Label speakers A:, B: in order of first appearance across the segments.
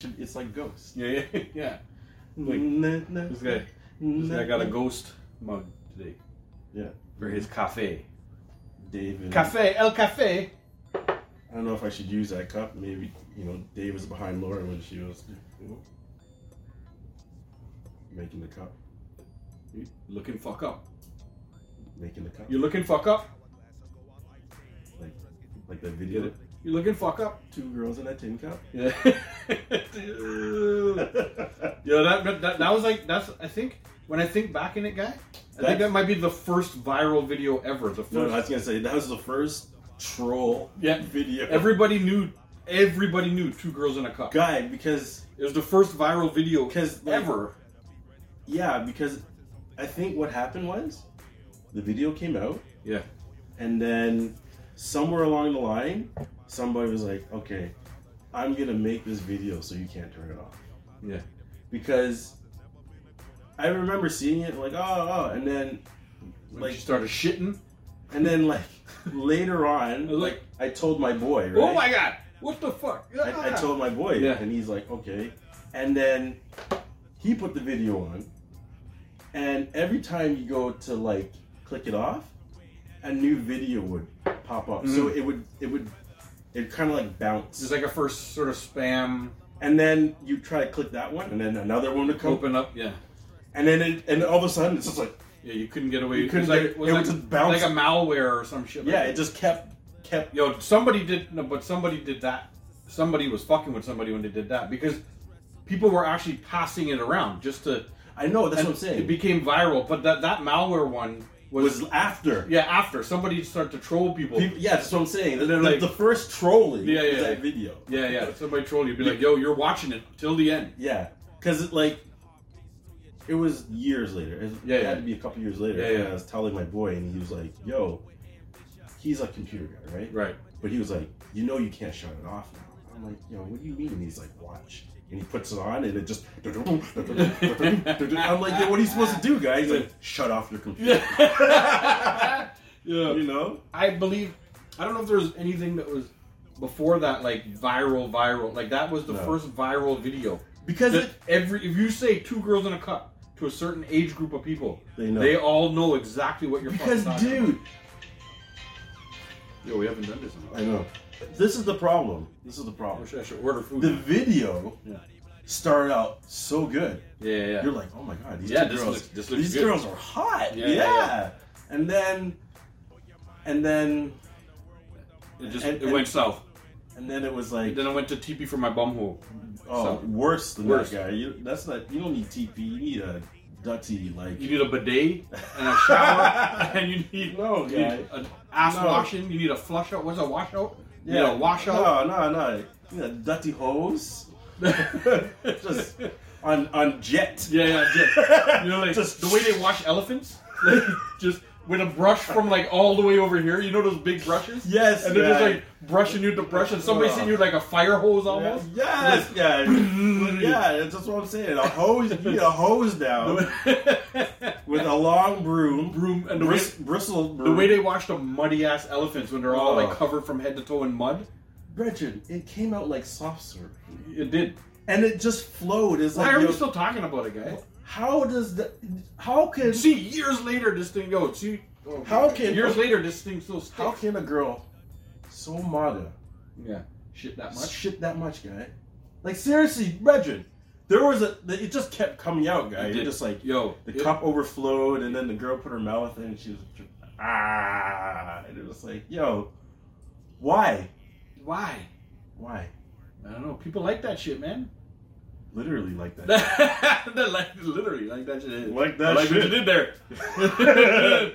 A: should- It's like ghosts.
B: Yeah, yeah, yeah. Like, This
A: this
B: guy, this guy got a ghost mug today
A: Yeah.
B: for his cafe.
A: David.
B: Cafe, El Cafe.
A: I don't know if I should use that cup. Maybe you know, Dave was behind Laura when she was you know, making the cup.
B: Looking fuck up.
A: Making the cup.
B: You're looking fuck up.
A: like like that video.
B: Get it? You're looking fuck up.
A: Two girls in a tin cup.
B: Yeah. yeah, that, that, that that was like that's I think when I think back in it, guy, I think
A: That's-
B: that might be the first viral video ever. The first
A: No, I was gonna say that was the first troll
B: Yeah.
A: video.
B: everybody knew everybody knew two girls in a cup.
A: guy because
B: It was the first viral video
A: 'Cause, like-
B: ever.
A: yeah because I think what happened was the video came out
B: Yeah.
A: and then somewhere along the line somebody was like okay I'm gonna make this video so you can't turn it off
B: Yeah.
A: because I remember seeing it like oh, oh and then
B: When
A: Like-
B: she started shitting.
A: and then like later on
B: I was like,
A: I told my boy right
B: Oh my god! What the fuck?
A: I, I told my boy,
B: Yeah.
A: and he's like, okay. And then he put the video on, and every time you go to like click it off, a new video would pop up. So
B: Mhm.
A: it would it would it kind of like bounce,
B: It's like a first sort of spam
A: and then you try to click that one, and then another one would come,
B: open up. Yeah.
A: and then it, and all of a sudden it's just like
B: Yeah, you couldn't get away.
A: You
B: it
A: couldn't
B: was like,
A: get-
B: it was
A: it
B: like,
A: would just bounce.
B: like a malware or some shit. like
A: yeah,
B: that.
A: it just kept kept
B: Yo, somebody did, no, but somebody did that. Somebody was fucking with somebody when they did that because people were actually passing it around just to.
A: I know that's
B: and
A: what I'm saying.
B: It became viral, but that that malware one
A: it
B: was,
A: was after.
B: yeah after somebody started to troll people.
A: People- yeah, that's what I'm saying. The, the-
B: Like-
A: the first trolling
B: Yeah,
A: is
B: yeah,
A: that
B: yeah.
A: video.
B: yeah, yeah. Somebody trolled you, be like, "Yo, you're watching it till the end."
A: Yeah, because like it was years later. It,
B: Yeah,
A: it
B: yeah.
A: had to be a couple years later.
B: Yeah, yeah.
A: And I was telling my boy, and he was like, "Yo, he's a computer guy, right?"
B: Right.
A: But he was like, "You know, you can't shut it off now." I'm like, "Yo, what do you mean?" And he's like, "Watch." And he puts it on, and it just. I'm like, "Yo, what are you supposed to do, guy?" He's like, "Shut off your computer."
B: Yeah. yeah.
A: You know?
B: I believe I don't know if there was anything that was before that like viral viral like that was the
A: No.
B: first viral video
A: Because
B: That
A: it,
B: every if you say two girls in a cup to a certain age group of people
A: They know.
B: they all know exactly what you're
A: because
B: fucking talking
A: dude,
B: about. yo we haven't done this in a while.
A: I know. This is the problem. This is the
B: I
A: problem.
B: should, I should order food
A: The video
B: yeah
A: started out so good.
B: yeah yeah, yeah.
A: You're like, oh my god, these
B: Yeah,
A: two
B: this
A: girls,
B: looks- this looks
A: these
B: good."
A: girls are hot.
B: Yeah,
A: Yeah,
B: yeah,
A: And then, and then,
B: it just
A: and-
B: it
A: and-
B: went south
A: and then it was like,
B: then I went to TP for my bum hole
A: oh,
B: so-
A: worse than
B: worse.
A: that guy. You, that's not. You don't need TP. You need a dutty. Like,
B: you need a bidet and a shower and you need
A: No,
B: you need
A: guy.
B: an ass
A: No.
B: washing you need a flush out what's a wash out you need a wash out
A: No, no, no. You need a dutty hose. Just on on jet.
B: Yeah, yeah, just, you know, like
A: Just-
B: the way they wash elephants, like, just with a brush from like all the way over here. You know those big brushes?
A: Yes,
B: And they're just
A: yeah.
B: like brushing you with the brush, and somebody's
A: Ugh.
B: sitting you with, like a fire hose almost.
A: Yes, yeah, yeah. That's just what I'm saying. A hose, you need a hose now with a long broom,
B: Broom and the way,
A: bris, bristle.
B: the
A: Broom.
B: way they wash the muddy ass elephants when they're all like
A: Ugh.
B: covered from head to toe in mud.
A: Richard, it came out like soft serve,
B: It did.
A: and it just flowed. It's
B: Why
A: like,
B: are
A: yo,
B: we still talking about it, guys?
A: how does the, how can,
B: See, years later, this thing yo, see, oh,
A: How can-
B: years later this thing still sticks?
A: how can a girl so MAGA
B: yeah, shit that much.
A: shit that much, guy? Like seriously, Richard, there was a, it just kept coming out, guy.
B: It
A: It
B: did.
A: just like
B: Yo,
A: the
B: it-
A: cup overflowed, and then the girl put her mouth in, and she was ah, and it was like, yo, why,
B: Why?
A: why?
B: I don't know. People like that shit, man.
A: Literally like that.
B: like literally like that shit.
A: Like that
B: I like
A: shit.
B: what you did there.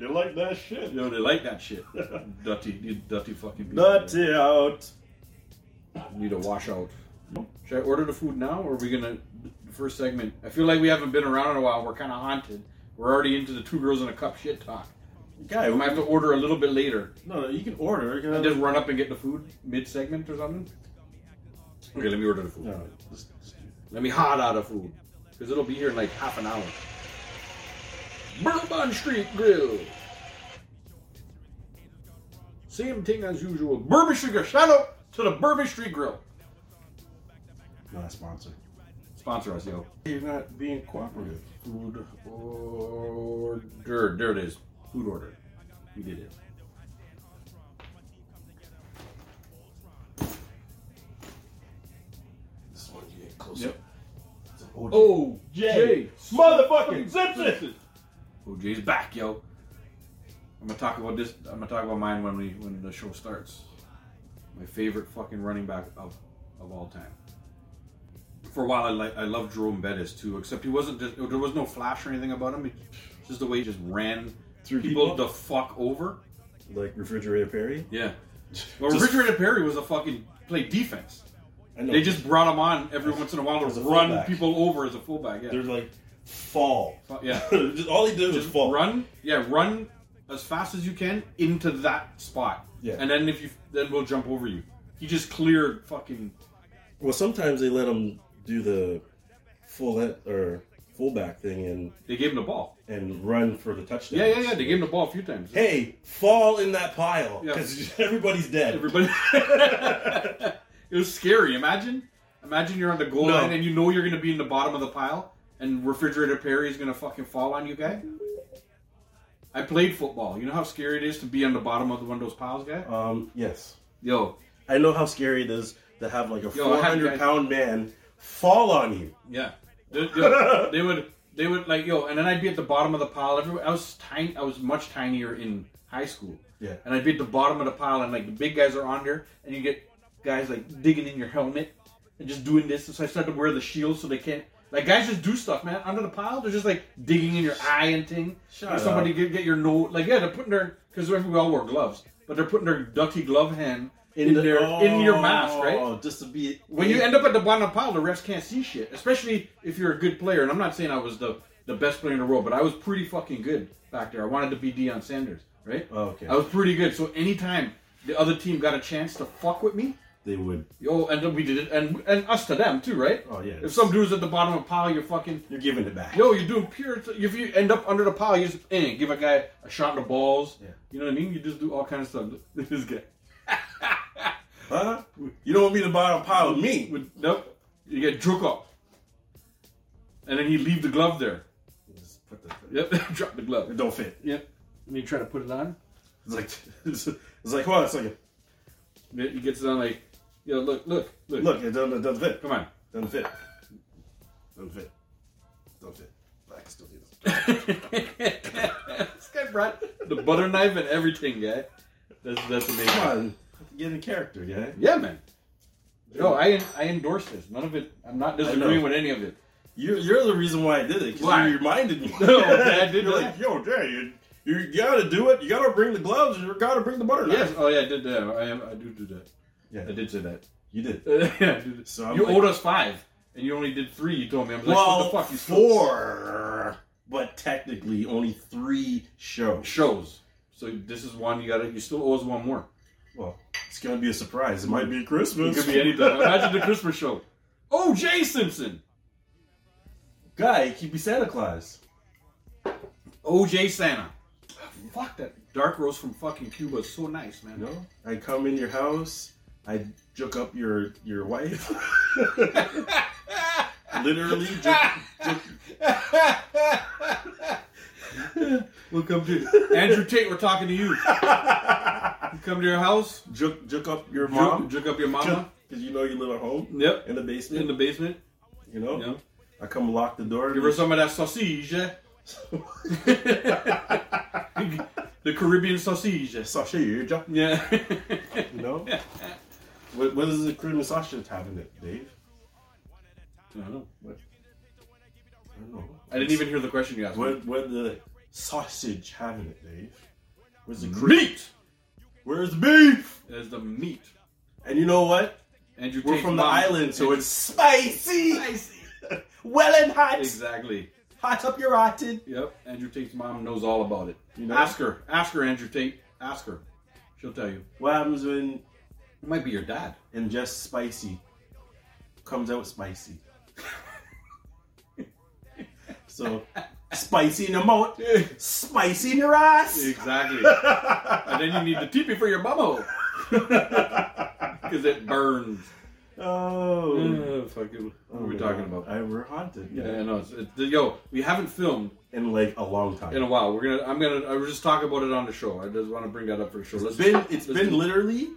A: you like that shit?
B: Yo, they like that shit. Dutty, you dutty fucking people.
A: Nutty out.
B: Need a washout. Should I order the food now, or are we gonna the first segment? I feel like we haven't been around in a while. We're kind of haunted. We're already into the two girls in a cup shit talk.
A: Guy,
B: I might have to order a little bit later.
A: No, no, you can order. You can
B: And just run up and get the food mid segment or something. Okay, let me order the food.
A: no, just, just do it.
B: Let me hot out of food. Because it'll be here in like half an hour. Bourbon Street Grill. Same thing as usual. Bourbon Street Grill. Shout out to the Bourbon Street Grill.
A: Not sponsored.
B: Sponsor us, yo.
A: You're not being cooperative.
B: Food order. There it is. Food order. We did it.
A: This one you get closer.
B: Yep.
A: It's an OJ.
B: Oh,
A: Jay. Motherfucking Simpson.
B: OJ's back, yo. I'm gonna talk about this. I'm gonna talk about mine when we when the show starts. My favorite fucking running back of of all time. For a while, I like I loved Jerome Bettis too. Except he wasn't. Just, there was no flash or anything about him. He, just the way he just ran
A: Through
B: people
A: people?
B: the fuck over.
A: Like refrigerator Perry.
B: Yeah. Well,
A: Just-
B: Refrigerator Perry was a fucking play defense.
A: I know.
B: They just brought him on every
A: As-
B: once in a while
A: as
B: to
A: a
B: run
A: fullback.
B: people over as a fullback. Yeah.
A: they're like fall.
B: Fu- yeah.
A: Just- all he did was
B: Just
A: fall.
B: run, yeah, run as fast as you can into that spot.
A: Yeah.
B: And then if you then we'll jump over you. He just cleared fucking
A: Well, sometimes they let him do the full en- or fullback thing and
B: they gave him the ball.
A: and run for the touchdown.
B: Yeah, yeah, yeah. They gave him the ball a few times.
A: Hey, fall in that pile
B: Yeah.
A: because everybody's dead.
B: Everybody It was scary. Imagine imagine you're on the goal
A: No.
B: line and you know you're gonna be in the bottom of the pile and refrigerator Perry is gonna fucking fall on you guy. I played football. You know how scary it is to be on the bottom of the one of those piles, guy?
A: Um, yes,
B: Yo,
A: I know how scary it is to have like a
B: Yo, I
A: four
B: had-
A: hundred pound man fall on you.
B: Yeah. They, yo, they would they would like yo, and then I'd be at the bottom of the pile. Every, I was tiny. I was much tinier in high school.
A: Yeah.
B: And I'd be at the bottom of the pile, and like the big guys are on there, and you get guys like digging in your helmet and just doing this. And so I started to wear the shield so they can't. Like guys just do stuff, man. Under the pile, they're just like digging in your eye and thing.
A: Shut
B: Or
A: up.
B: somebody get, get your nose. Like yeah, they're putting their because we all wore gloves, but they're putting their ducky glove hand in,
A: the-
B: their in your mask,
A: Oh,
B: right?
A: Just to be
B: When you end up at the bottom of the pile, the refs can't see shit. Especially if you're a good player. And I'm not saying I was the, the best player in the world, but I was pretty fucking good back there. I wanted to be Deion Sanders, right?
A: Oh, okay.
B: I was pretty good. So anytime the other team got a chance to fuck with me,
A: they would.
B: yo, and then we did it, and and us to them too, right?
A: Oh, yeah.
B: If some dude's at the bottom of the pile, you're fucking.
A: You're giving it back.
B: Yo, you're doing pure. If you end up under the pile, you just eh, give a guy a shot in the balls.
A: Yeah.
B: You know what I mean? You just do all kinds of stuff. This guy.
A: Huh? You don't want me to bottom pile of me.
B: With, nope. You get drunk up. And then he leave the glove there.
A: Just put the-
B: Yep. Drop the
A: It
B: glove.
A: don't fit.
B: Yep. And you try to put it on.
A: It's like it's, it's like hold on a second.
B: Then He gets it on like, yo, look, look, look.
A: Look, it doesn't, it doesn't fit.
B: Come on.
A: Doesn't fit. Doesn't fit. Doesn't fit. I can still do this.
B: this guy brought the butter knife and everything, guy. That's that's
A: Come
B: amazing.
A: on, get in character, yeah.
B: Yeah, man. No, I I endorse this. None of it. I'm not
A: know.
B: disagreeing with any of it.
A: You're, you're the reason why I did it
B: Why?
A: because you reminded me.
B: No, I did
A: You're
B: not.
A: like, yo, Jay, you, you gotta do it. You gotta bring the gloves. You gotta bring the butter knife.
B: Yes. Oh yeah, I did that. I am. I do do that.
A: Yeah.
B: I did say that.
A: you did.
B: yeah, dude.
A: So I'm
B: you
A: like-
B: owed us five, and you only did three. You told me. I was like,
A: well,
B: what the fuck? You stole
A: four, but technically only three shows.
B: shows. So this is one. You got to You still owe us one more.
A: Well, it's gonna be a surprise. It might be
B: It
A: Christmas.
B: could be anything. Imagine the Christmas show. Oh, Jay Simpson.
A: Guy, keep me Santa Claus.
B: OJ Santa. Fuck that dark roast from fucking Cuba is so nice, man.
A: You know, I come in your house. I joke up your your wife. Literally, joke, joke,
B: we'll come to Andrew Tate. We're talking to you. You come to your house.
A: joke, joke up your
B: Mom,
A: mom
B: drink up your mama.
A: because you know you live at home
B: Yep.
A: in the
B: In
A: basement.
B: the basement.
A: you know,
B: Yeah.
A: I come lock the door.
B: Give her some of that sausage. eh? the Caribbean sausage.
A: Sasha, you job.
B: Yeah.
A: You know, what, what does the cream and sausage have in it, Dave? What? I don't know.
B: I didn't even hear the question you asked.
A: What what the sausage have in it, Dave? Where's the cream?
B: Meat
A: Where's the beef?
B: is the meat.
A: And you know what?
B: Andrew
A: We're
B: Tate's
A: from the
B: mom-
A: island, so
B: Andrew-
A: it's spicy,
B: spicy.
A: well and hot,
B: Exactly.
A: hot up your rotten.
B: Yep. Andrew Tate's mom knows all about it.
A: You know?
B: Ask her. Ask her, Andrew Tate. Ask her. She'll tell you.
A: What happens when
B: It might be your dad.
A: ingests spicy comes out spicy? so spicy in your mouth, spicy in your ass.
B: Exactly. and then you need the teepee for your bubble. Because it burns.
A: Oh.
B: Uh, fucking, what
A: Oh
B: were we
A: my
B: talking
A: God.
B: about?
A: I, we're haunted.
B: Yeah, I know. It's, it, yo, we haven't filmed
A: In like a long time.
B: in a while. We're gonna. I'm gonna. I was just talking about it on the show. I just want to bring that up for the show.
A: it's
B: Let's,
A: been it's
B: let's
A: been
B: do-
A: literally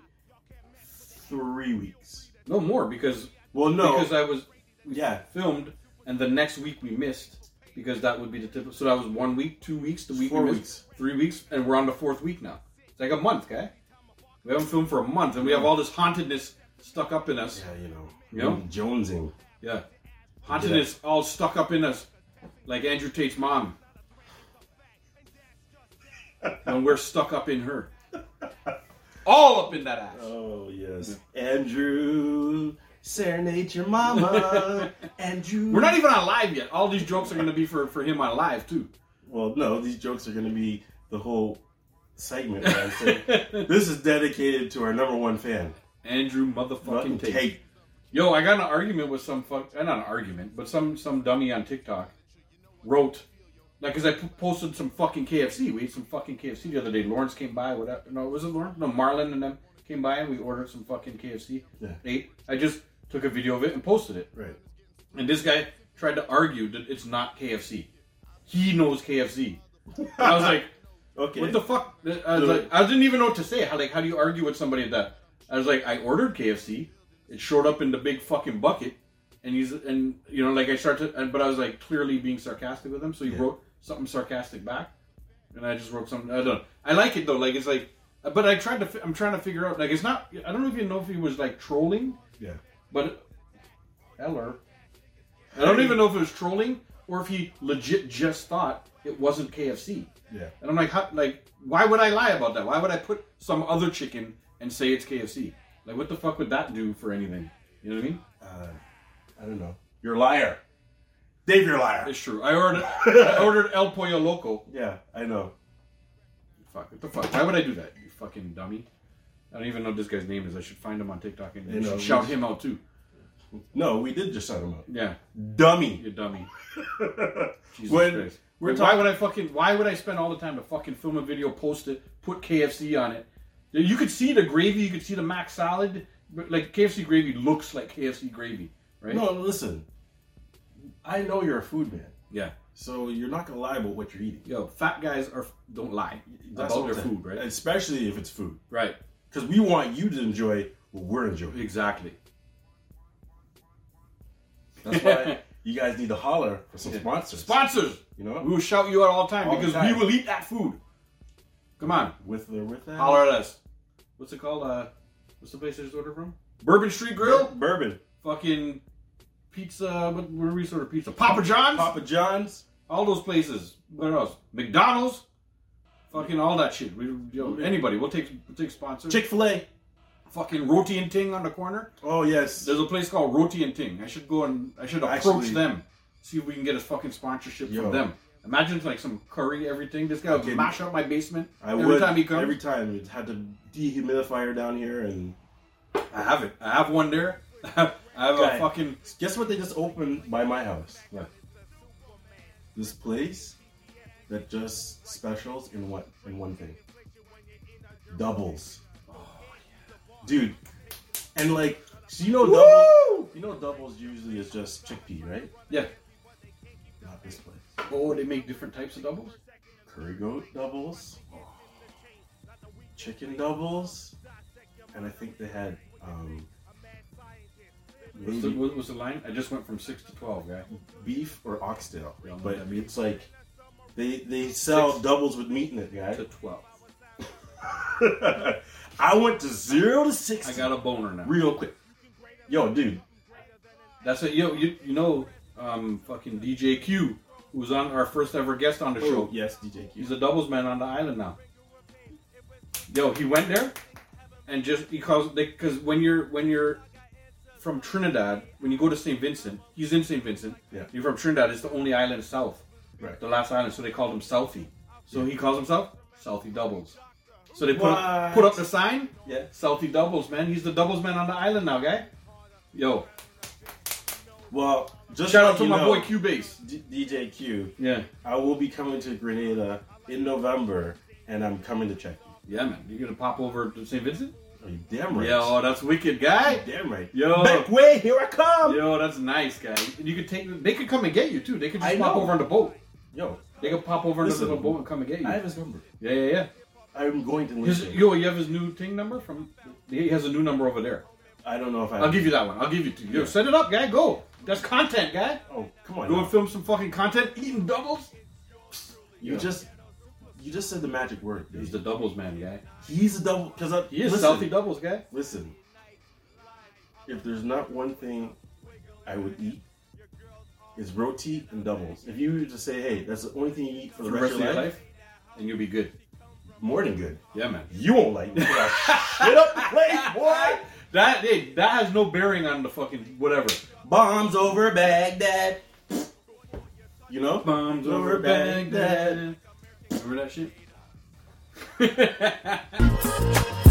A: three weeks.
B: no more because
A: Well, no.
B: because I was
A: yeah.
B: filmed and the next week we missed because that would be the typical. So that was one week, two weeks, the week
A: Four
B: we missed,
A: weeks.
B: three weeks, and we're on the fourth week now. It's like a month, guy. We haven't filmed for a month, and we have all this hauntedness stuck up in us.
A: Yeah, you know.
B: Yeah.
A: Jonesing.
B: Yeah, hauntedness all stuck up in us, like Andrew Tate's mom. and we're stuck up in her, all up in that ass.
A: Oh yes. Andrew, serenade your mama. Andrew.
B: We're not even on live yet. All these jokes are going to be for, for him on live too.
A: Well, no, these jokes are going to be the whole segment. where I say, this is dedicated to our number one fan.
B: Andrew motherfucking Tate.
A: Tate.
B: Yo, I got in an argument with some fuck. uh, Not an argument, but some some dummy on TikTok wrote like because I p- posted some fucking KFC. We ate some fucking KFC the other day. Lawrence came by. Whatever. No, was it Lawrence? No, Marlon and them came by and we ordered some fucking KFC.
A: Yeah.
B: Ate. I just took a video of it and posted it.
A: Right.
B: And this guy tried to argue that it's not KFC. He knows KFC. And I was like.
A: Okay.
B: What the fuck? I was like, I didn't even know what to say. How like how do you argue with somebody that? I was like, I ordered KFC. It showed up in the big fucking bucket, and he's and you know like I started, and, but I was like clearly being sarcastic with him. So he wrote something sarcastic back, and I just wrote something. I don't. know. I like it though. Like it's like, but I tried to. fi- I'm trying to figure out. Like it's not. I don't even know if he was like trolling,
A: yeah.
B: but Eller. I don't even know if it was trolling or if he legit just thought it wasn't KFC.
A: Yeah.
B: And I'm like, how, like, why would I lie about that? Why would I put some other chicken and say it's KFC? Like, what the fuck would that do for anything? You know what I mean?
A: Uh, I don't know. You're a liar. Dave, you're a liar.
B: It's true. I ordered, I ordered El Pollo Loco.
A: Yeah, I know.
B: Fuck, what the fuck? Why would I do that? You fucking dummy. I don't even know what this guy's name is. I should find him on TikTok and
A: You know,
B: should shout
A: we-
B: him out too.
A: No, we did just sign him up.
B: Yeah,
A: Dummy.
B: you dummy. Jesus
A: When
B: Christ.
A: we're
B: Like, why
A: talk-
B: would I fucking? Why would I spend all the time to fucking film a video, post it, put KFC on it? You could see the gravy. You could see the mac salad. But like KFC gravy looks like KFC gravy, right?
A: No, listen. I know you're a food man,
B: Yeah.
A: so you're not gonna lie about what you're eating.
B: Yo, fat guys are don't lie
A: That's
B: about
A: what
B: their
A: I'm saying.
B: food, right?
A: Especially if it's food,
B: Right.
A: because we want you to enjoy what we're enjoying.
B: Exactly.
A: That's why you guys need to holler for some sponsors.
B: Sponsors,
A: you know,
B: we will shout you out all the time
A: All the
B: because
A: time.
B: we will eat that food. Come on,
A: with the with that
B: holler at us. What's it called? Uh, what's the place I just ordered from? Bourbon Street Grill.
A: bourbon,
B: Fucking pizza. What were we sort of pizza? Papa John's.
A: Papa John's.
B: All those places. Where else? McDonald's. Fucking all that shit. We, yo, anybody. We'll take we'll take sponsors.
A: Chick Fil A.
B: Fucking Roti and Ting on the corner.
A: Oh yes,
B: There's a place called Roti and Ting. I should go and I should approach
A: Actually-
B: them, see if we can get a fucking sponsorship
A: Yo.
B: from them. Imagine it's like some curry, everything. This guy would
A: Okay.
B: mash up my basement
A: I
B: every
A: would
B: time he comes.
A: every time it had to dehumidifier down here and
B: I have it. I have one there. I have
A: Okay.
B: a fucking
A: guess what they just opened by my house.
B: what?
A: This place that just specials in what in one thing. Doubles. Dude, and like so you know
B: oh,
A: double you know doubles usually is just chickpea, right?
B: yeah.
A: Not this place.
B: Oh, they make different types of doubles.
A: curry goat doubles, chicken doubles, and I think they had um,
B: What's the,
A: maybe
B: what was the line? I just went from six to twelve, guy.
A: beef or oxtail.
B: Yeah,
A: But
B: that'd be-
A: it's like they they sell
B: Six.
A: doubles with meat in it, guy.
B: To twelve.
A: I went to zero to six
B: I got a boner now.
A: real quick. Yo, dude,
B: That's it. Yo, you you know, um, fucking DJ Q, who was on our first ever guest on the show.
A: yes, DJ
B: He's
A: Q.
B: a doubles man on the island now. Yo, he went there and just because because when you're when you're from Trinidad, when you go to St. Vincent, he's in St. Vincent.
A: Yeah.
B: You're from Trinidad. It's the only island south,
A: Right.
B: the last island. So they called him Southie. So he calls himself Southie Doubles. So they put
A: What?
B: up, put up the sign.
A: Yeah.
B: Southie Doubles, man. He's the doubles man on the island now, guy. Yo,
A: Well, just
B: shout
A: let
B: out to
A: you
B: my
A: know,
B: boy Q Base.
A: D- DJ Q.
B: Yeah.
A: I will be coming to Grenada in November, and I'm coming to check you.
B: Yeah, man. You gonna pop over to St. Vincent?
A: Are you damn right?
B: Yo, that's wicked, guy.
A: Damn right. Oh.
B: Yo.
A: Back way, here I come.
B: Yo, that's nice, guy. And you could take. They could come and get you too. They could just
A: I
B: pop
A: know.
B: over on the boat.
A: Yo,
B: They could pop over on the
A: Listen.
B: little boat and come and get you.
A: I have his number.
B: yeah, yeah, yeah.
A: I'm going to
B: His,
A: listen.
B: yo, you have his new thing number from. He has a new number over there.
A: I don't know if I.
B: I'll give you that one. I'll give it to you. Yo, set it up, guy. Go. That's content, guy.
A: Oh, come on.
B: Go
A: now.
B: and film some fucking content. Eating doubles.
A: You
B: Yeah.
A: just, you just said the magic word.
B: He's
A: He's,
B: the doubles man, guy.
A: a double. Cause I,
B: He is
A: listen,
B: Southie doubles guy.
A: Listen, if there's not one thing I would eat, is roti and doubles. If you were to say, hey, that's the only thing you eat for the, rest, of your life,
B: and you'll be good.
A: more than good.
B: Yeah, man.
A: You won't like it. Get up the plate, boy.
B: That hey, that has no bearing on the fucking whatever.
A: Bombs over Baghdad. You know?
B: Bombs
A: over Baghdad.
B: Remember that shit?